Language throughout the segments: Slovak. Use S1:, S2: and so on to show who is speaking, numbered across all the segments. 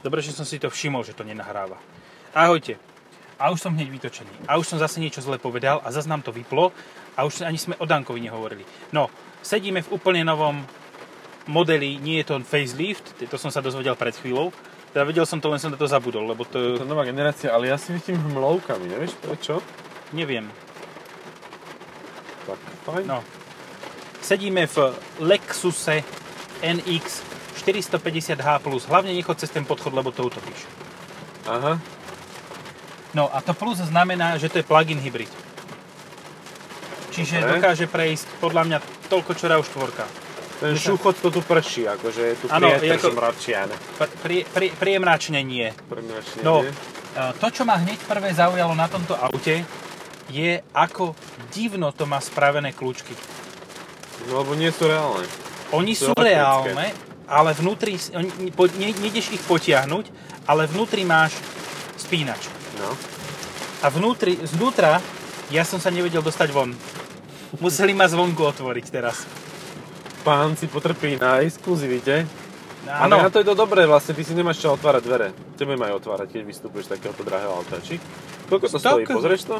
S1: Dobre, že som si to všimol, že to nenahráva. Ahojte. A už som hneď vytočený. A už som zase niečo zle povedal a zase nám to vyplo. A už ani sme o Dankovi nehovorili. No, sedíme v úplne novom modeli, nie je to facelift, to som sa dozvedel pred chvíľou. Teda vedel som to, len som na to zabudol, lebo
S2: To
S1: to...
S2: je nová generácia, ale ja si vidím hmlovkami, nevieš prečo?
S1: Neviem.
S2: Tak, fajn.
S1: No. Sedíme v Lexuse NX 450H+. Hlavne nechod cez ten podchod, lebo to utopíš.
S2: Aha,
S1: No a to plus znamená, že to je plug-in hybrid. Čiže
S2: Dobre.
S1: dokáže prejsť podľa mňa toľko, čo RAV4.
S2: ten
S1: Že sa-
S2: šúchod to tu prší, akože je tu
S1: Áno,
S2: ano,
S1: je
S2: prietr
S1: to-
S2: to... zmračiane.
S1: Pr- prie- prie- priemračnenie.
S2: Premračne,
S1: No,
S2: nie?
S1: e, to, čo ma hneď prvé zaujalo na tomto aute, je ako divno to má spravené kľúčky.
S2: No, lebo nie sú reálne.
S1: Oni sú
S2: To je elektrické.
S1: reálne, ale vnútri, s- oni- po- ne- nejdeš ich potiahnuť, ale vnútri máš spínač.
S2: No.
S1: A vnútri, zvnútra ja som sa nevedel dostať von. Museli ma zvonku otvoriť teraz.
S2: Pán si potrpí na exkluzivite. Áno. No, Ale na
S1: Áno,
S2: to je to dobré, vlastne ty si nemáš čo otvárať dvere. Tebe majú otvárať, keď vystupuješ z takéhoto drahého auta, či? Koľko sa stojí,
S1: Tak-
S2: pozrieš to?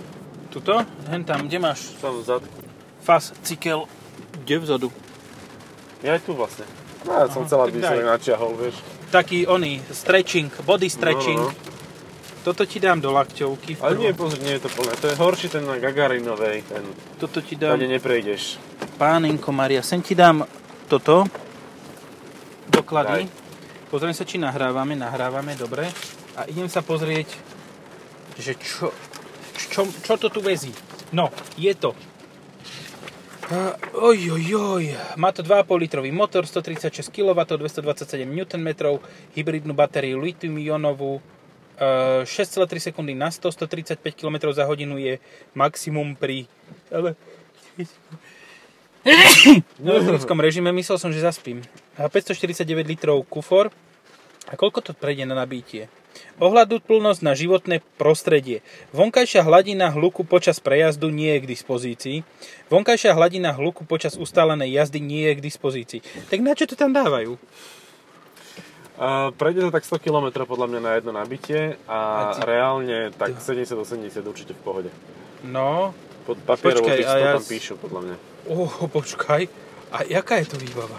S1: tuto, hen tam, kde máš
S2: Tam vzad.
S1: fas, cikel, kde vzadu?
S2: Ja aj tu vlastne. No, ja
S1: Aha,
S2: som chcela,
S1: tak
S2: aby
S1: daj.
S2: si načiahol, vieš.
S1: Taký oný, stretching, body stretching.
S2: No, no,
S1: Toto ti dám do lakťovky. v
S2: Ale
S1: prvom.
S2: nie, pozri, nie je to plné. To je horší ten na Gagarinovej, ten,
S1: Toto ti dám,
S2: kde neprejdeš.
S1: pánenko Maria, sem ti dám toto. Doklady.
S2: Daj.
S1: Pozriem sa, či nahrávame, nahrávame, dobre. A idem sa pozrieť, že čo, čo, čo to tu vezí. No, je to. Eh, Oj, oj, oj. Má to 2,5 litrový motor, 136 kW, 227 Nm, hybridnú batériu litium-ionovú, eh, 6,3 sekundy na 100, 135 km za hodinu je maximum pri ele- v elektrickom režime. Myslel som, že zaspím. A 549 litrov kufor. A koľko to prejde na nabitie? Ohľaduplnosť na životné prostredie. Vonkajšia hladina hluku počas prejazdu nie je k dispozícii. Vonkajšia hladina hluku počas ustálenej jazdy nie je k dispozícii. Tak na čo to tam dávajú?
S2: A prejde to tak 100 km podľa mňa na jedno nabitie
S1: A
S2: a,
S1: ty-
S2: reálne tak 70-80 určite v pohode.
S1: No,
S2: Pod papierovo
S1: Počkaj, a
S2: Počkej,
S1: ja
S2: ja... tam
S1: s-
S2: píšu podľa mňa.
S1: oh, počkaj. A jaká je to výbava?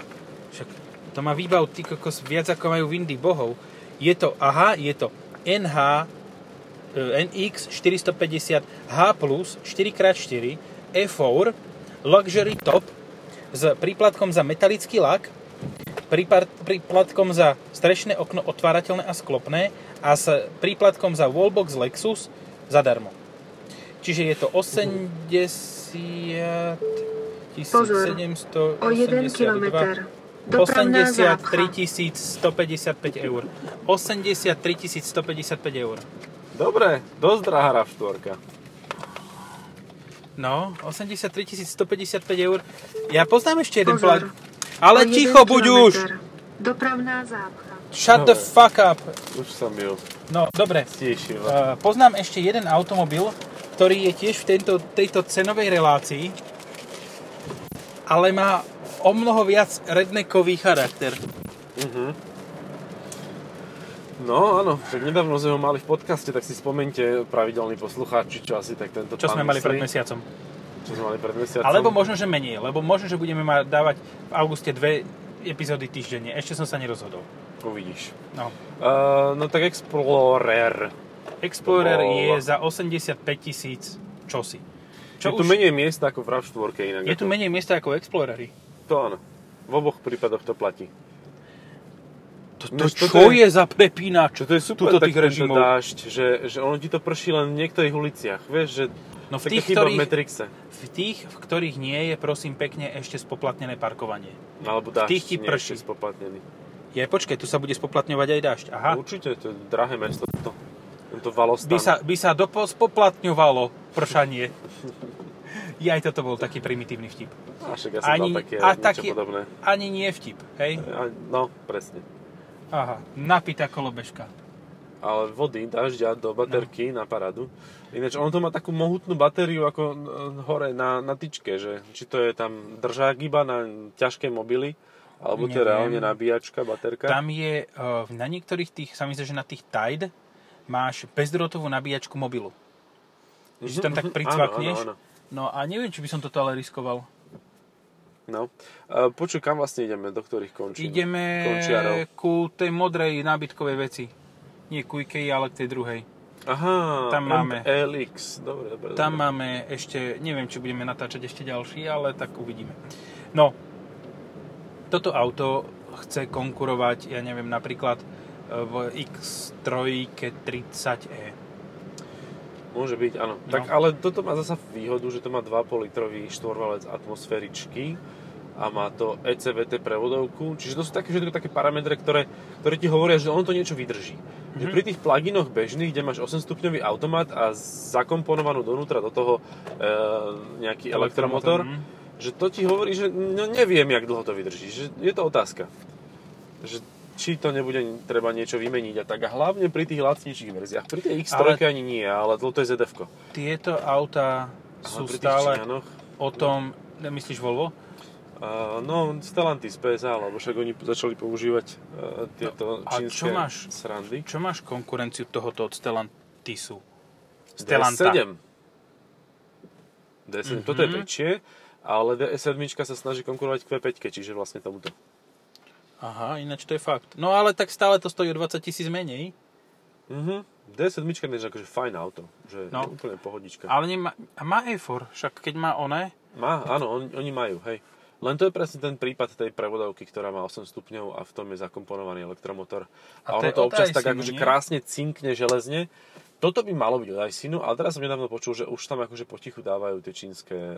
S1: Však to má výbav ty kokos viac ako majú Windy bohov. Je to, aha, je to NH e, NX 450 H+, 4x4, F4, E Luxury Top s príplatkom za metalický lak, prípar- príplatkom za strešné okno otvárateľné a sklopné a s príplatkom za wallbox Lexus zadarmo. Čiže je to 80
S3: Pozor,
S1: 1782
S3: O 1 kilometr. Dopravná
S1: 83
S3: zápcha.
S1: 155 eur. 83 155 eur.
S2: Dobre, dosť drahá rav
S1: No, 83 155 eur. Ja poznám ešte jeden
S3: Pozor.
S1: plak. Ale
S3: O jeden
S1: ticho buď už!
S3: kilometr. Dopravná zápcha.
S1: Shut the
S2: Dobre.
S1: fuck up!
S2: Už som ju
S1: No, dobre.
S2: stiešil.
S1: E, poznám ešte jeden automobil, ktorý je tiež v tento, tejto cenovej relácii, ale má o mnoho viac rednekový charakter.
S2: Mhm. No áno, tak nedávno sme ho mali v podcaste, tak si spomente pravidelní poslucháči, čo asi tak tento
S1: Čo
S2: pán
S1: sme mali
S2: myslí,
S1: pred mesiacom.
S2: Čo sme mali pred mesiacom.
S1: Alebo možno, že menej, lebo možno, že budeme ma- dávať v auguste dve epizódy týždenne. Ešte som sa nerozhodol.
S2: Uvidíš.
S1: No.
S2: Uh, no tak Explorer.
S1: Explorer
S2: To bol-
S1: je za 85 tisíc čosi.
S2: Čo je tu menej miesta ako v RAV4 inak.
S1: je tu
S2: ako-
S1: menej miesta ako Explorery.
S2: To áno. V oboch prípadoch to platí.
S1: To,
S2: No,
S1: to, čo
S2: čo to je?
S1: je za prepínač?
S2: Čo to je super,
S1: Tuto
S2: tak
S1: tých
S2: tento
S1: režimov.
S2: dážď, že, že ono ti to prší len v niektorých uliciach. Vieš, že
S1: No v
S2: taká
S1: tých,
S2: chyba v
S1: ktorých-
S2: Matrixe.
S1: V tých, v ktorých nie je, prosím pekne, ešte spoplatnené parkovanie.
S2: Alebo dážď,
S1: tých ti
S2: nie
S1: prší.
S2: ešte spoplatnený.
S1: Je, počkej, tu sa bude spoplatňovať aj dážď. Aha,
S2: Určite, to je drahé mesto. To, tento valostan.
S1: by sa, by sa dopo spoplatňovalo pršanie. Jaj, toto bol taký primitívny vtip.
S2: A však ja som
S1: Ani-
S2: dal také,
S1: a
S2: niečo
S1: taký-
S2: podobné.
S1: Ani nie vtip, hej?
S2: A, no, presne.
S1: Aha, napitá kolobežka.
S2: Ale vody, dažďa do baterky
S1: No.
S2: na paradu. Ináč, ono to má takú mohutnú batériu ako e, hore na, na tyčke, že či to je tam držák iba na ťažké mobily, Alebo to je
S1: Neviem.
S2: reálne nabíjačka, baterka?
S1: Tam je, eh, na niektorých tých, sa mi zdá, že na tých Tide máš bezdrôtovú nabíjačku mobilu.
S2: Mhm,
S1: Že si tam tak
S2: mhm,
S1: pricvakneš.
S2: Áno, áno, áno.
S1: No a neviem, či by som toto ale riskoval.
S2: No. E, Počuj, kam vlastne ideme? Do ktorých končín?
S1: Ideme
S2: Končiarov.
S1: ku tej modrej nábytkovej veci. Nie ku Ikei, ale k tej druhej.
S2: Aha,
S1: tam máme.
S2: LX. Dobre, dobre.
S1: Tam
S2: dobre.
S1: máme ešte, neviem, či budeme natáčať ešte ďalší, ale tak uvidíme. No, toto auto chce konkurovať, ja neviem, napríklad e, v X3 30e.
S2: Môže byť, áno.
S1: No.
S2: Tak, ale toto má zasa výhodu, že to má 2,5 litrový štvorvalec atmosféričky a má to E ECVT prevodovku. Čiže to sú také všetko také parametre, ktoré, ktoré ti hovoria, že ono to niečo vydrží. Že
S1: Mhm.
S2: pri tých pluginoch bežných, kde máš 8-stupňový automat a zakomponovanú donútra do toho e, nejaký elektromotor,
S1: Elektromotor,
S2: že to ti hovorí, že no, neviem, jak dlho to vydrží. Že je to otázka. Že či to nebude treba niečo vymeniť a tak. A hlavne pri tých lacnejších verziách. Pri tej X3
S1: Ale-
S2: ani nie, ale to je ZF.
S1: Tieto auta sú stále o tom, ne, myslíš Volvo?
S2: Uh, no, Stellantis, PSA, lebo však oni začali používať uh, tieto
S1: No, a
S2: čínske
S1: čo máš?
S2: srandy.
S1: Čo máš konkurenciu tohoto od Stellantisu?
S2: DS7. DS7,
S1: Mhm.
S2: toto je väčšie, ale DS7 sa snaží konkurovať k V5, čiže vlastne tomuto.
S1: Aha, ináč to je fakt. No ale tak stále to stojí o 20 tisíc menej.
S2: Mhm. DS7 je akože fajn auto, že
S1: No.
S2: no. je úplne pohodička.
S1: Ale nemá, a má E4, však keď má oné,
S2: Má, áno, on, oni majú, hej. Len to je presne ten prípad tej prevodovky, ktorá má 8 stupňov a v tom je zakomponovaný elektromotor. A,
S1: A to
S2: ono
S1: je
S2: to
S1: od
S2: občas tak
S1: Dysonu,
S2: akože
S1: nie?
S2: krásne cinkne železne. Toto by malo byť od Dysonu, ale teraz som nedávno počul, že už tam akože potichu dávajú tie čínske eh,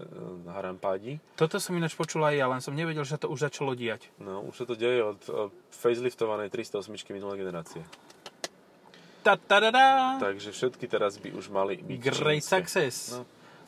S2: harampádi.
S1: toto som ináč počul aj ja, len som nevedel, že sa to už začalo diať.
S2: No, už sa to deje od eh, faceliftovanej 308 minulé generácie.
S1: Ta ta da da!
S2: Takže všetky teraz by už mali byť
S1: Great
S2: čínske.
S1: success!
S2: No.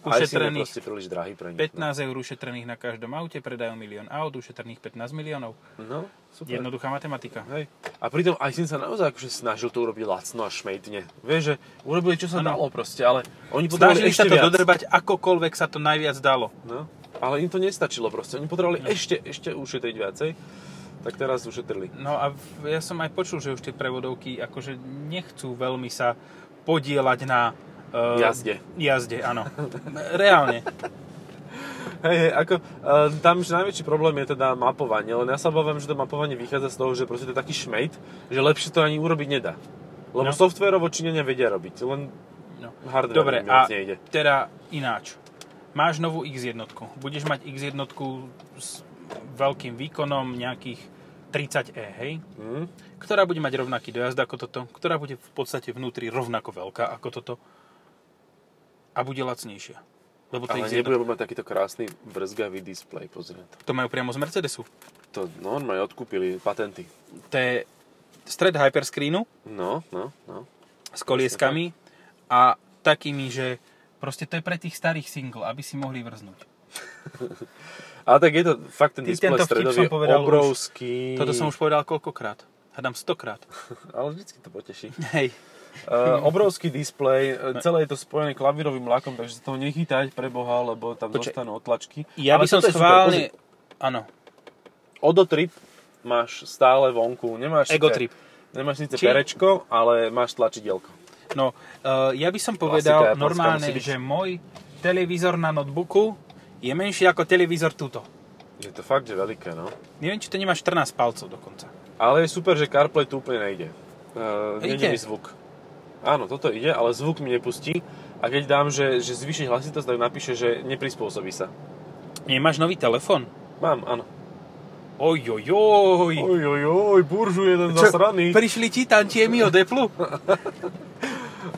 S2: Ušetrených. je
S1: Ušetrených
S2: proste príliš drahý pre nich. no.
S1: 15 eur ušetrených na každom aute, predajú milión aut, ušetrených 15 miliónov.
S2: No, no super.
S1: Jednoduchá matematika.
S2: Hej. A pritom Aisin sa naozaj akože snažil to urobiť lacno a šmejtne. Vieš, že urobili čo sa
S1: Áno.
S2: dalo proste, ale oni
S1: Snažili
S2: potrebovali
S1: sa
S2: ešte
S1: to
S2: viac.
S1: dodrbať akokoľvek sa to najviac dalo.
S2: No, ale im to nestačilo proste, oni potrebovali ešte, ešte ušetriť viacej. Tak teraz ušetrili.
S1: No a v- ja som aj počul, že už tie prevodovky akože nechcú veľmi sa podielať na eh,
S2: Jazde.
S1: Jazde, áno. Reálne.
S2: Hej, hej, ako, uh, tam už najväčší problém je teda mapovanie, len ja sa bavím, že to mapovanie vychádza z toho, že proste to je taký šmejt, že lepšie to ani urobiť nedá. Lebo
S1: No.
S2: no. softvérovo Číňania vedia robiť, len
S1: No.
S2: hardware
S1: Dobre,
S2: im
S1: a
S2: moc nejde.
S1: teda ináč. Máš novú X1, budeš mať X1 s veľkým výkonom nejakých 30E, hej?
S2: Hm?
S1: Ktorá bude mať rovnaký dojazd ako toto, ktorá bude v podstate vnútri rovnako veľká ako toto a bude lacnejšia. Lebo to
S2: Ale
S1: X1,
S2: nebude mať takýto krásny vrzgavý displej, pozri na to.
S1: to majú priamo z Mercedesu.
S2: To normálne odkúpili patenty.
S1: To je stred hyperscreenu
S2: No, no, no.
S1: s kolieskami a takými, že proste to je pre tých starých single, aby si mohli vrznúť.
S2: Ale tak je to fakt ten
S1: Ty
S2: displej
S1: tento vtip
S2: stredový
S1: som povedal už.
S2: obrovský.
S1: Toto som už povedal koľkokrát. Hádam stokrát.
S2: Ale vždycky to poteší.
S1: Hej.
S2: Uh, obrovský displej, eh, celé je to spojené klavírovým lakom, takže sa toho nechytať pre Boha, lebo tam
S1: Počkaj.
S2: dostanú otlačky.
S1: Ja by
S2: Ale
S1: som
S2: toto je super,
S1: schválne... Áno,
S2: pozri. Odotrip máš stále vonku, nemáš
S1: Egotrip.
S2: Síce, nemáš síce
S1: Či-
S2: perečko, ale máš tlačidielko.
S1: no, e, ja by som povedal
S2: japonská
S1: normálne,
S2: musí byť.
S1: že môj televízor na notebooku je menší ako televízor tuto.
S2: Je to fakt, že veľké, no.
S1: Neviem, či to nemá 14 palcov dokonca.
S2: Ale je super, že CarPlay tu úplne nejde. Uh, nejde
S1: Ide.
S2: mi zvuk. Áno, toto ide, ale zvuk mi nepustí. A keď dám, že, že zvýšiť hlasitosť, tak napíše, že neprispôsobí sa.
S1: Nemáš nový telefon?
S2: Mám, áno.
S1: Ojojoj.
S2: Oj, oj, oj, buržu jeden
S1: Čo,
S2: zasraný.
S1: Prišli ti tantiemi od Apple?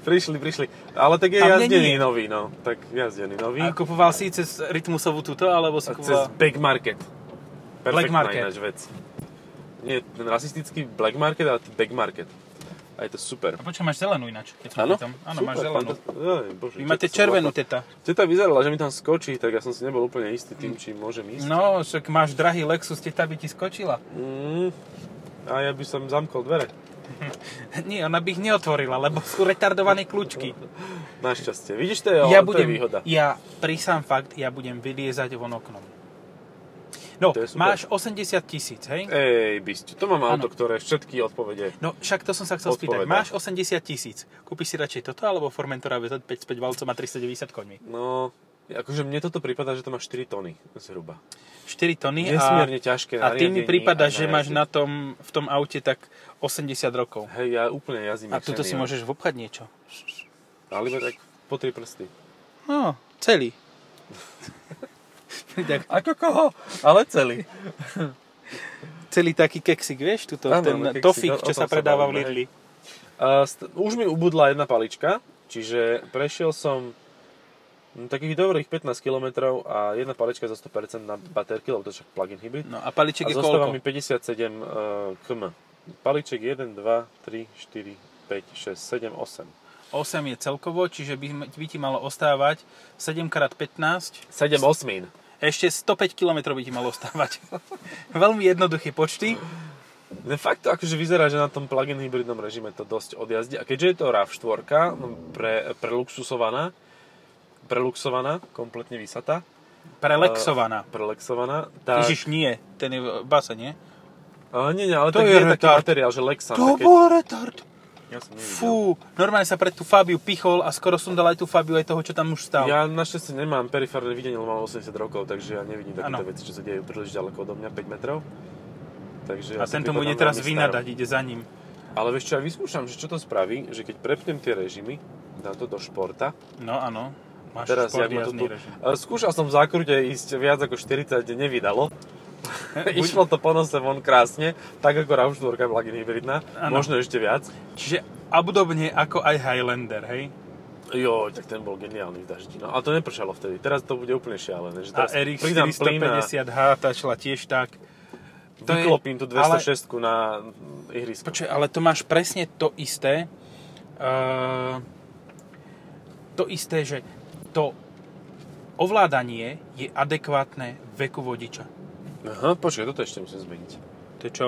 S2: Prišli, prišli. Ale tak je
S1: Tam není.
S2: jazdený nový, no. Tak jazdený nový.
S1: A kupoval si cez Rytmusovú tuto, alebo si
S2: A cez
S1: kupoval...
S2: Black Market.
S1: Black
S2: Perfektná
S1: Market.
S2: Ináč vec. Nie, ten rasistický Black Market, ale ten Black Market. A je to super.
S1: A počkaj, máš zelenú ináč, keď sa
S2: Áno?
S1: pýtam. Áno,
S2: Super,
S1: máš zelenú.
S2: fanta- Oj, bože,
S1: Vy máte
S2: teta sa
S1: červenú,
S2: zlakla.
S1: teta.
S2: Teta vyzerala, že mi tam skočí, tak ja som si nebol úplne istý tým, či môžem ísť.
S1: No, však máš drahý Lexus, teta by ti skočila.
S2: Mm, a ja by som zamkol dvere.
S1: Nie, ona by ich neotvorila, lebo sú retardované kľúčky.
S2: Našťastie. Vidíš, No, to je,
S1: ja
S2: to
S1: budem,
S2: je výhoda.
S1: ja prísam fakt, ja budem vyliezať von oknom. No,
S2: To je super.
S1: máš 80 tisíc, hej?
S2: Ej, bysť, to mám
S1: Áno.
S2: auto, ktoré všetky odpovede.
S1: No, však to som sa chcel spýtať.
S2: Odpoveda.
S1: Máš 80 tisíc. Kúpiš si radšej toto, alebo Formentora VZ5 s 5 valcom a 390 koňmi?
S2: No, akože mne toto prípada, že to má 4 tony zhruba.
S1: 4 tony a,
S2: Nesmierne ťažké
S1: a ty mi
S2: nariadenie
S1: prípada,
S2: a
S1: že máš
S2: najazdiť.
S1: na tom, v tom aute tak 80 rokov.
S2: Hej, ja úplne jazdím.
S1: A
S2: jak
S1: tuto si
S2: šenian.
S1: môžeš vopchať niečo.
S2: Ale iba tak po tri prsty.
S1: No, celý. tak,
S2: Ako koho? Ale celý.
S1: celý taký keksik, vieš, tuto,
S2: Áno,
S1: ten
S2: no, keksik,
S1: tofik,
S2: o- o
S1: čo
S2: tom
S1: sa
S2: sa
S1: predáva
S2: bavíme,
S1: v Lidli.
S2: A st- už mi ubudla jedna palička, čiže prešiel som no, takých dobrých 15 km a jedna palička za 100% na baterky, lebo to je však plug-in hybrid.
S1: No a paliček
S2: a
S1: je
S2: zostáva mi
S1: koľko?
S2: 57 uh, km. Paliček 1, 2, 3, 4, 5, 6, 7, 8.
S1: 8 je celkovo, čiže by, m- by ti malo ostávať 7x15,
S2: 7 osmín.
S1: ešte 105 km by ti malo ostávať. Veľmi jednoduché počty.
S2: De facto akože vyzerá, že na tom plug-in hybridnom režime to dosť odjazdí. A keďže je to RAV4 pre, preluxusovaná, preluxovaná, kompletne vysatá,
S1: Prelexovaná.
S2: prelexovaná,
S1: Uh,
S2: tak...
S1: Ježiš, nie, ten je v base, nie?
S2: Ale nie, nie, ale
S1: To
S2: to tak
S1: je
S2: je, taký
S1: retard.
S2: materiál, že Lexan.
S1: To
S2: také-
S1: bol retard.
S2: Ja som nevidel.
S1: Fú, normálne sa pred tú Fabiu pichol a skoro som dal aj tú Fabiu aj toho, čo tam už stál.
S2: Ja našťastie nemám periférne videnie, lebo mám 80 rokov, takže ja nevidím takéto
S1: Áno.
S2: veci, čo sa dejú príliš ďaleko odo mňa, 5 metrov. Takže
S1: a
S2: ja si
S1: tento mu
S2: pripadám
S1: ide teraz
S2: veľmi
S1: vynadať, ide za ním.
S2: staro. Ale vieš čo, ja vyskúšam, že čo to spraví, že keď prepnem tie režimy, dám to do športa,
S1: No áno, máš
S2: Teraz, jak ma to tu...
S1: špordiazný režim.
S2: E, Skúšal som v zákrute ísť viac ako 40, nevydalo. Išlo to po nose von krásne, tak ako RAV4 plug-in hybridná,
S1: Áno.
S2: možno ešte viac.
S1: Čiže obdobne ako aj Highlander, hej?
S2: Jo, tak ten bol geniálny v daždi. No, a to nepršalo vtedy, teraz to bude úplne šialené.
S1: A
S2: Že teraz
S1: RX
S2: pridám plyn a
S1: 450H, tá šla tiež tak. To je-
S2: vyklopím tú
S1: ale-
S2: 206 na ihrisko.
S1: Počkaj, ale to máš presne to isté. Uh, to isté, že to ovládanie je adekvátne veku vodiča.
S2: Aha, počkaj, toto ešte musím zmeniť.
S1: To je čo?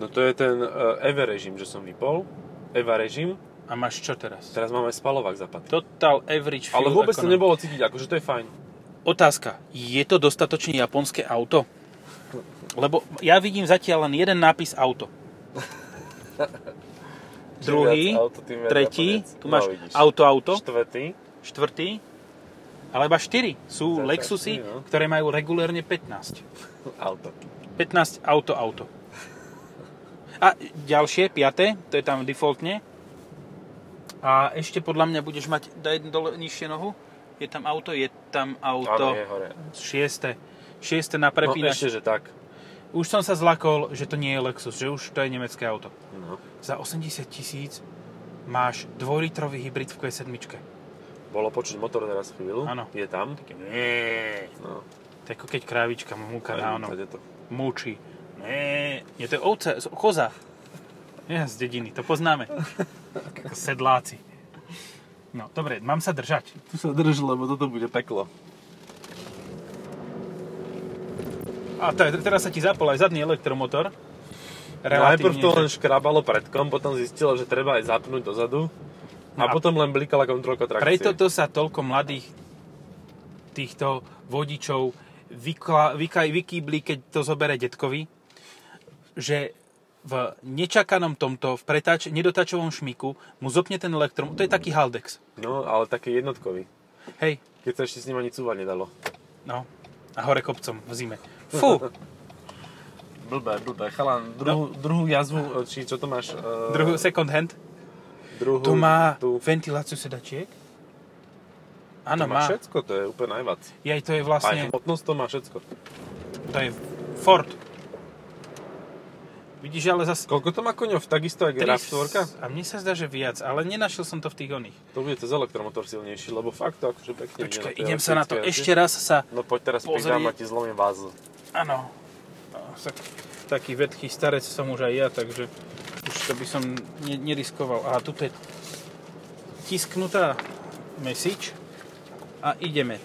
S2: No to je ten uh, EVA režim, že som vypol. EVA režim,
S1: A máš čo teraz?
S2: teraz máme spalovák zapadný.
S1: Total average fuel
S2: Ale vôbec to
S1: economy.
S2: nebolo cítiť, akože to je fajn.
S1: Otázka. Je to dostatočne japonské auto? Lebo ja vidím zatiaľ len jeden nápis auto.
S2: Čím
S1: Druhý,
S2: viac auto, tým viac
S1: tretí,
S2: Japonec.
S1: tu máš
S2: No, vidíš.
S1: auto, auto,
S2: Štvrtý.
S1: štvrtý, ale iba štyri sú
S2: Zatiaľ
S1: Lexusy,
S2: štyri, no.
S1: ktoré majú regulérne 15.
S2: Auto.
S1: 15 auto, auto. A ďalšie, piaté, to je tam defaultne. A ešte podľa mňa budeš mať, daj dole nižšie nohu, je tam auto, je tam
S2: Áno,
S1: auto.
S2: je hore.
S1: Šieste. Šieste na
S2: No
S1: prepínač.
S2: ešte, že tak.
S1: Už som sa zlakol, že to nie je Lexus, že už to je nemecké auto.
S2: No.
S1: Za 80 tisíc máš dvojlitrový hybrid v Q7.
S2: Bolo počuť motor teraz chvíľu.
S1: Áno.
S2: Je tam. No.
S1: To je ako keď krávička múka na ono,
S2: Je to.
S1: múči. Nie, nie, to je ovce, z- koza. Ja z dediny, to poznáme. Ako sedláci. No, dobre, mám sa držať.
S2: Tu sa drž, lebo toto bude peklo.
S1: A to je, teraz sa ti zapol aj zadný elektromotor.
S2: No, Najprv to
S1: že-
S2: len škrabalo predkom, potom zistilo, že treba aj zapnúť dozadu. A,
S1: No a-
S2: potom len blikala kontrolka trakcie.
S1: Preto to sa toľko mladých týchto vodičov vykla, vykaj, vykýbli, keď to zobere detkovi, že v nečakanom tomto, v pretáč, nedotačovom šmiku mu zopne ten elektrom. To je taký Haldex.
S2: No, ale také jednotkový.
S1: Hej,
S2: Keď sa ešte s ním ani cúvať nedalo.
S1: no. A hore kopcom v zime. Fú,
S2: Blbé, blbé. Chalan, druhú, druhú jazvu, No. Eh, či čo to máš? Uh,
S1: druhú second hand.
S2: druhú,
S1: To má
S2: tú-
S1: ventiláciu sedačiek.
S2: to
S1: Áno,
S2: má
S1: má.
S2: všetko, to je úplne najvac.
S1: Jaj, to je
S2: Aj
S1: vlastne...
S2: hmotnosť to má všetko.
S1: To je Ford. Vidíš, ale zase...
S2: Koľko to má koňov? Takisto aj RAV4?
S1: A mne sa zdá, že viac, ale nenašiel som to v tých oných.
S2: To bude cez elektromotor silnejší, lebo fakt to akože pekne ide
S1: Počkaj,
S2: tie
S1: idem sa na to
S2: elektrické
S1: ešte
S2: jazdy.
S1: raz sa...
S2: No poď teraz
S1: pozrieť.
S2: pridám a ti zlomím vázu.
S1: Áno. No, Taký vedký starec som už aj ja, takže už to by som ne- neriskoval. A tu je tisknutá message a ideme.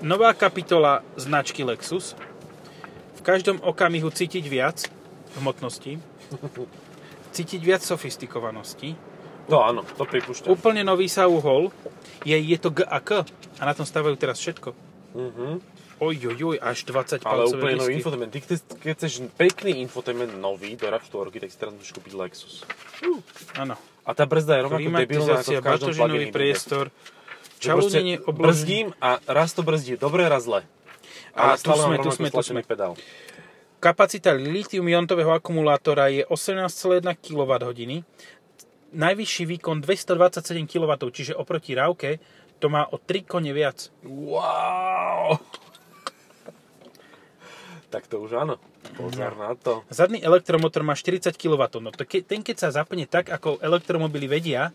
S1: Nová kapitola značky Lexus. V každom okamihu cítiť viac hmotnosti, cítiť viac sofistikovanosti,
S2: To áno, to pripúšťam.
S1: Úplne nový sa uhol. Je, je to G a K. A na tom stavajú teraz všetko.
S2: Mhm.
S1: Ojojoj, až 20
S2: Ale
S1: palcové
S2: úplne nový
S1: disky.
S2: infotainment. Ty, keď, keď chceš pekný infotainment nový do RAV4, tak si teraz musíš kúpiť Lexus.
S1: Áno.
S2: A tá brzda je rovnako debilná ako
S1: Klimatizácia,
S2: v každom plug-in
S1: batožinový
S2: hybride.
S1: priestor,
S2: Že proste
S1: čalúdenie obloží,
S2: Brzdím a raz to brzdí dobre, raz zle.
S1: A
S2: Ale
S1: tu
S2: stále
S1: sme,
S2: mám
S1: tu
S2: rovnako
S1: sme, tu
S2: stlačený
S1: sme.
S2: pedál.
S1: Kapacita litium-iontového akumulátora je 18,1 kWh. Najvyšší výkon 227 kW, čiže oproti rávke to má o 3 kone viac.
S2: Wow! Tak to už áno. Pozor
S1: No.
S2: na to.
S1: Zadný elektromotor má 40 kW. No to ke, ten keď sa zapne tak, ako elektromobily vedia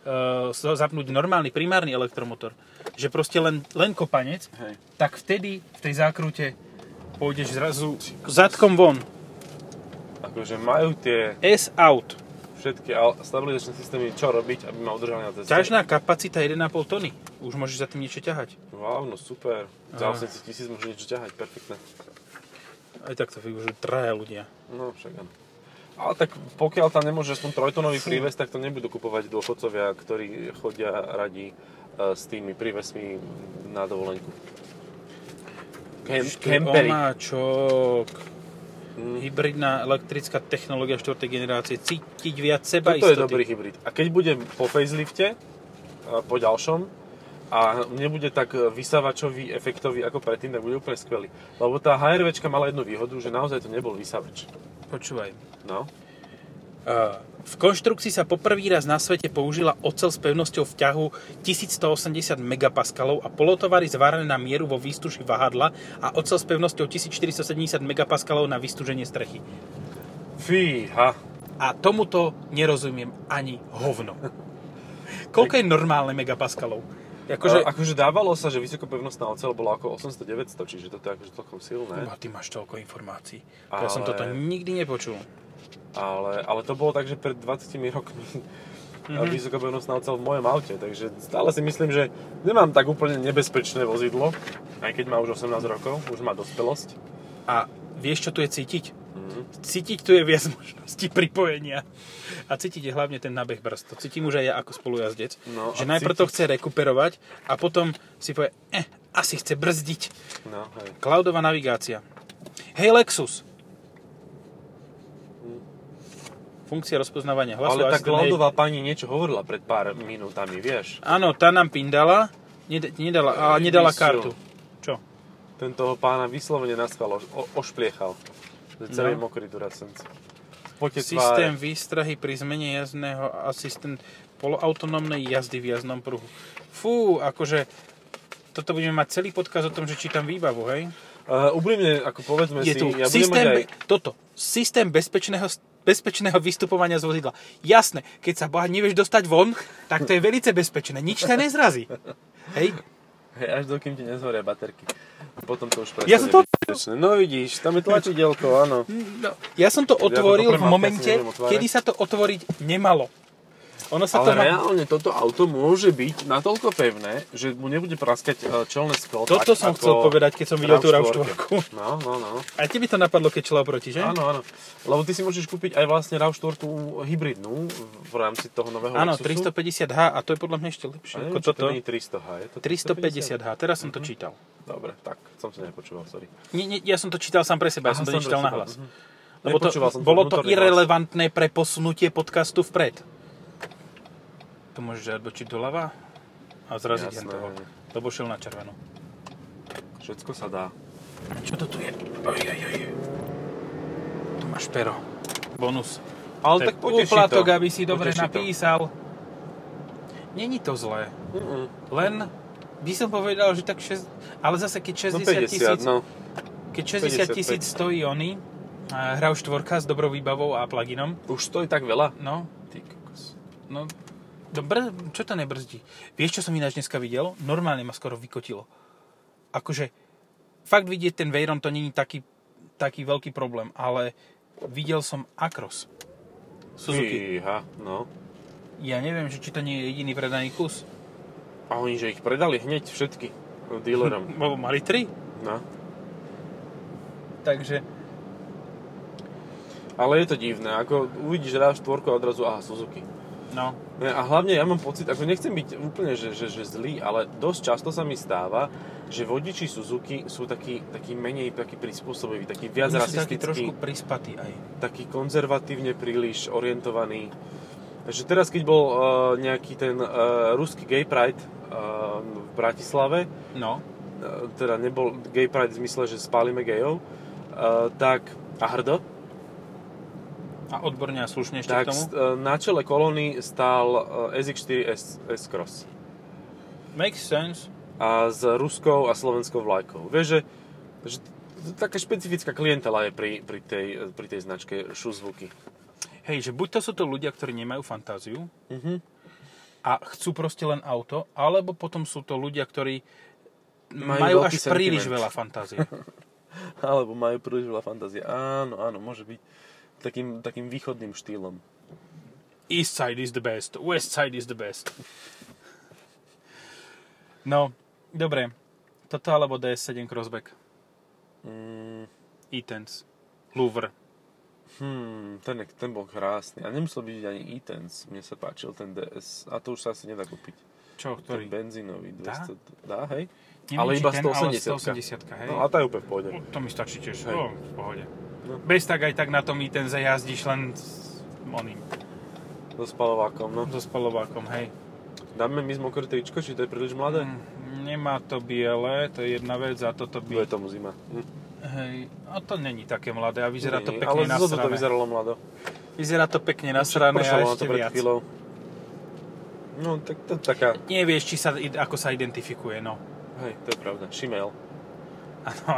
S1: e, sa zapnúť normálny primárny elektromotor, že proste len, len kopanec,
S2: Hej.
S1: tak vtedy v tej zákrute pôjdeš zrazu zadkom von.
S2: Akože majú tie
S1: S-out.
S2: všetky al- stabilizačné systémy čo robiť, aby ma udržali na ceste.
S1: Ťažná kapacita 1,5 tony. Už môžeš za tým niečo ťahať.
S2: Wow, no super.
S1: Ah.
S2: Za 80 tisíc môže niečo ťahať, perfektné.
S1: Aj tak to využijú traja ľudia.
S2: No však áno. Ale tak pokiaľ tam nemôže aspoň trojtonový príves, tak to nebudú kupovať dôchodcovia, ktorí chodia radi e, s tými prívesmi na dovolenku. Kem, kempery.
S1: Omáčok.
S2: Mm.
S1: Hybridná elektrická technológia 4. generácie. Cítiť viac seba
S2: Toto je dobrý hybrid. A keď bude po facelifte, e, po ďalšom, a nebude tak e, vysavačový, efektový ako predtým, tak bude úplne skvelý. Lebo tá HRVčka mala jednu výhodu, že naozaj to nebol vysavač.
S1: Počúvaj.
S2: No.
S1: Uh, v konštrukcii sa poprvý raz na svete použila ocel s pevnosťou v ťahu 1180 MPa a polotovary zvárané na mieru vo výstuži vahadla a ocel s pevnosťou 1470 MPa na vystúženie strechy.
S2: Fíha.
S1: A tomuto nerozumiem ani hovno. Koľko je normálne megapaskalov?
S2: Akože...
S1: Akože...
S2: akože dávalo sa, že vysokopevnostná oceľ bola ako 800-900, čiže toto je akože celkom silné.
S1: Uha, Eh, ty máš toľko informácií. Ja som
S2: Ale-
S1: toto nikdy nepočul.
S2: Ale, ale to bolo tak, že pred 20 rokmi
S1: Mhm.
S2: mm-hmm. vysokopevnostná oceľ v mojom aute, takže stále si myslím, že nemám tak úplne nebezpečné vozidlo, aj keď má už 18 rokov, už má dospelosť.
S1: A vieš, čo tu je cítiť?
S2: Mhm.
S1: Cítiť tu je viac možností pripojenia. A cítiť je hlavne ten nábeh brzd. To cítim už aj ja ako spolujazdec.
S2: No,
S1: že
S2: a
S1: najprv to chce rekuperovať a potom si povie, eh, asi chce brzdiť.
S2: No, hej.
S1: Cloudová navigácia. Hej, Lexus! Funkcia rozpoznávania hlasu.
S2: Ale tá
S1: asistent, hej.
S2: Klaudová pani niečo hovorila pred pár minútami, vieš?
S1: Áno, tá nám pindala, ned- nedala, a
S2: Ej,
S1: nedala
S2: misiu.
S1: kartu. Čo?
S2: Ten toho pána vyslovene naschvalo, o, ošpliechal. Že Celý
S1: No.
S2: mokrý duracence. Poďte
S1: Systém výstrahy pri zmene jazdného asistent poloautonómnej jazdy v jazdnom pruhu. Fú, akože toto budeme mať celý podkaz o tom, že čítam výbavu, hej?
S2: Uh, úprimne, ako povedzme
S1: Je
S2: si,
S1: tu
S2: ja budem mať aj...
S1: systém, toto, systém bezpečného, bezpečného vystupovania z vozidla. Jasné, keď sa boha nevieš dostať von, tak to je velice bezpečné, nič ťa nezrazí. Hej,
S2: Hej, až dokým ti nezhoria baterky. Potom to už prestane
S1: Ja som to-
S2: byť bezpečné. No vidíš, tam je tlačidelko, áno.
S1: no, ja som to otvoril v
S2: poprvám,
S1: momente,
S2: ja si neviem otvárať.
S1: kedy sa to otvoriť nemalo. Ono sa
S2: Ale
S1: to teda- má...
S2: reálne toto auto môže byť natoľko pevné, že mu nebude praskať e, čelné sklo.
S1: Toto
S2: tak
S1: som
S2: ako
S1: chcel povedať, keď som videl tú
S2: RAV4.
S1: RAV4.
S2: No, no, no.
S1: Aj tebe to napadlo, keď šla oproti, že?
S2: Áno, áno. Lebo ty si môžeš kúpiť aj vlastne RAV4 hybridnú v rámci toho nového
S1: Áno,
S2: Lexusu.
S1: 350H a to je podľa mňa ešte lepšie
S2: A
S1: ako
S2: neviem, či
S1: toto.
S2: to nie je Mhm. 300H, je to 350?
S1: 350H, teraz som to čítal.
S2: Dobre, tak, som si nepočúval, sorry.
S1: Nie, nie, ja som to čítal sám pre seba, ja som
S2: Aha,
S1: to
S2: sám pre
S1: nečítal
S2: seba,
S1: na hlas.
S2: mhm.
S1: Lebo to,
S2: Nepočúval som no tvoj
S1: bolo to
S2: vnútorný hlas.
S1: irrelevantné pre posunutie podcastu vpred. Tu môžeš odbočiť doľava a zraziť
S2: Jasné.
S1: hen toho. Lebo šiel na červenú.
S2: Všetko sa dá.
S1: Čo to tu je? Oj, oj, oj. Tu máš pero. Bonus.
S2: Ale
S1: To je
S2: tak poteší
S1: úplatok,
S2: to.
S1: aby si dobre
S2: Poteší to.
S1: napísal. Není to zlé.
S2: Mm, mm.
S1: Len by som povedal, že tak 6... Ale zase, keď
S2: No
S1: 60 tisíc
S2: 50, no.
S1: keď 60 tisíc stojí oni, a hra už štvorka s dobrou výbavou a pluginom,
S2: Už stojí tak veľa.
S1: no,
S2: Ty kokos.
S1: no, dobre, čo to nebrzdí? Vieš, čo som ináč dneska videl? Normálne ma skoro vykotilo. Akože, fakt vidieť ten Veyron, to není taký, taký veľký problém, ale videl som Akros. Suzuki.
S2: Fíha, no.
S1: Ja neviem, že či to nie je jediný predaný kus.
S2: A oni, že ich predali hneď všetky dealerom.
S1: Lebo mali tri.
S2: No.
S1: Takže,
S2: Ale je to divné, ako uvidíš raz štvorku a odrazu, aha, Suzuki.
S1: No.
S2: Ne, A hlavne ja mám pocit, ako nechcem byť úplne že, že, že zlý, ale dosť často sa mi stáva, že vodiči Suzuki sú takí, takí menej takí prispôsobiví, takí viac
S1: Oni sú takí
S2: rasistickí,
S1: trošku
S2: taký,
S1: prispatí aj.
S2: takí konzervatívne príliš orientovaní. Takže teraz, keď bol uh, nejaký ten uh, ruský gay pride uh, v Bratislave,
S1: No.
S2: eh, teda nebol gay pride v zmysle, že spálime gejov, eh, tak a hrdo,
S1: A odborne a slušne ešte k
S2: tak
S1: tomu.
S2: s- eh, na čele kolóny stál eh, SX4 S, S-Cross
S1: Makes sense.
S2: a s ruskou a slovenskou vlajkou. Vieš, že, že t- taká špecifická klientela je pri, pri, tej, eh, pri tej značke Šuzvuky.
S1: Hej, že buď to sú to ľudia, ktorí nemajú fantáziu
S2: Mhm.
S1: a chcú proste len auto, alebo potom sú to ľudia, ktorí
S2: Majú
S1: majú, majú
S2: veľký
S1: až príliš
S2: sentiment.
S1: veľa fantázie.
S2: Alebo majú príliš veľa fantázie. Áno, áno, môže byť takým, takým východným štýlom.
S1: East side is the best, west side is the best. No, dobre. Toto alebo DS7 Crossback.
S2: Mm,
S1: Itens. Louvre.
S2: hmm, ten, je- ten bol krásny. A nemusel byť ani e-tense. Mne sa páčil ten DS. A to už sa asi nedá kúpiť.
S1: Čo, ktorý?
S2: Ten benzínový.
S1: Dá?
S2: 200, dá? hej?
S1: Neviem,
S2: ale
S1: či
S2: iba
S1: ten,
S2: 180,
S1: 180 hej.
S2: No a tá je úplne v pohode.
S1: No, To mi stačí tiež,
S2: Hej.
S1: no, v pohode.
S2: No.
S1: Bez tak aj tak na tom Itenze jazdíš len s oným,
S2: So spalovákom, no.
S1: so spalovákom, hej.
S2: Dáme mi zmokré tričko, či to je príliš mladé?
S1: Mm, Nemá to biele, to je jedna vec, a toto
S2: Bude
S1: by...
S2: tomu zima. Hm.
S1: Hej, a to není také mladé a vyzerá to
S2: Nie,
S1: pekne
S2: Mm, Ale zhodu to
S1: nasrané.
S2: vyzeralo mlado.
S1: Vyzerá to pekne nasrané a
S2: Pršalo na
S1: ešte
S2: to pred
S1: viac.
S2: chvíľou. No, tak to je taká...
S1: Nevieš, či sa, id- ako sa identifikuje, no.
S2: Hej, to je pravda. Šimail.
S1: Áno,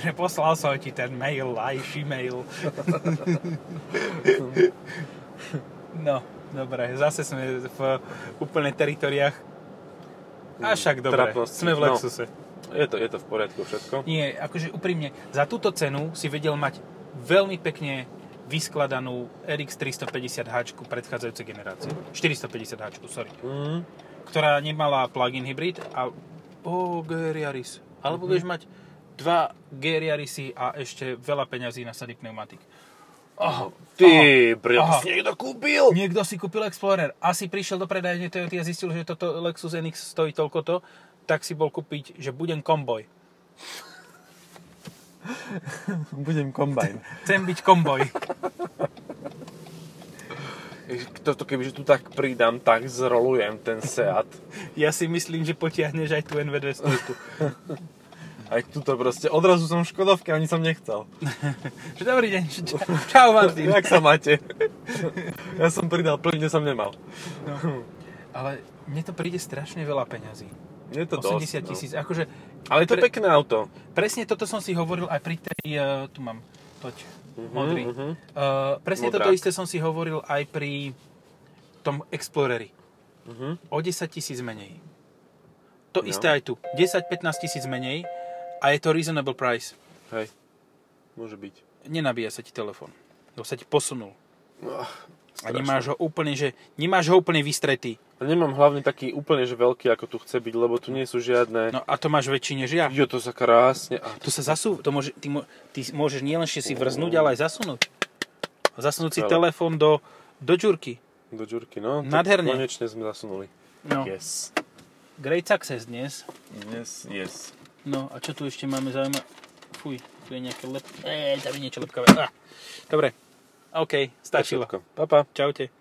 S1: že poslal som ti ten mail, lajší mail. no, dobre, zase sme v úplne teritoriách. A však dobre,
S2: Trápnosti.
S1: sme v
S2: Hm, No.
S1: Lexuse.
S2: Je to, je to v poriadku všetko.
S1: Nie, akože úprimne, za túto cenu si vedel mať veľmi pekne vyskladanú RX 350H predchádzajúcej generácie. 450H, sorry.
S2: Mm.
S1: Ktorá nemala plug-in hybrid a o, Geriaris. Alebo budeš mať dva Geriarisy a ešte veľa peňazí na sady pneumatik. Aha,
S2: Ty,
S1: aha.
S2: priam
S1: aha.
S2: si niekto kúpil!
S1: Niekto si kúpil Explorer, asi prišiel do predajne Toyota a zistil, že toto Lexus NX stojí toľkoto, tak si bol kúpiť, že budem komboj.
S2: Budem kombajn.
S1: Chcem byť komboj.
S2: Toto kebyže tu tak pridám, tak zrolujem ten Seat.
S1: Ja si myslím, že potiahneš aj tú NV200.
S2: Aj tuto proste. Odrazu som v Škodovke, ani som nechcel.
S1: Že Dobrý deň, že ča, čau Martin.
S2: Jak sa máte? ja som pridal, plne som nemal.
S1: Ale mne to príde strašne veľa peňazí.
S2: Je to
S1: 80
S2: dosť,
S1: tisíc. Akože
S2: No. Ale je to
S1: Pre-
S2: pekné auto.
S1: presne toto som si hovoril aj pri tej... Uh, tu mám toť, modrý.
S2: mhm.
S1: Uh, presne
S2: Modrák.
S1: toto isté som si hovoril aj pri tom Exploreri.
S2: Mhm.
S1: O 10 tisíc menej. To
S2: No.
S1: isté aj tu. 10-15 tisíc menej a je to reasonable price.
S2: Hej. Môže byť.
S1: Nenabíja sa ti telefon. Lebo sa ti posunul.
S2: Ach,
S1: A nemáš ho úplne, že nemáš ho úplne vystretý.
S2: A Nemám hlavne taký úplne že veľký, ako tu chce byť, lebo tu nie sú žiadne...
S1: No
S2: No.
S1: a to máš väčší než ja.
S2: Jo, to sa krásne... A
S1: To sa zasú, to môže, ty, mo- ty môžeš nielen ešte si vrznúť, ale aj zasunúť. A Zasunúť si
S2: Ale-
S1: telefón do, do žurky.
S2: do žurky, no. tak
S1: Nádherne.
S2: Konečne sme zasunuli.
S1: No,
S2: Yes.
S1: great success dnes.
S2: Yes, yes.
S1: No a čo tu ešte máme zaujímavé? Fuj, tu je nejaké lep... Eee, tam je niečo lepkavé. Ah. Dobre, OK, stačilo.
S2: Všetko. Pa, pa.
S1: Čaute.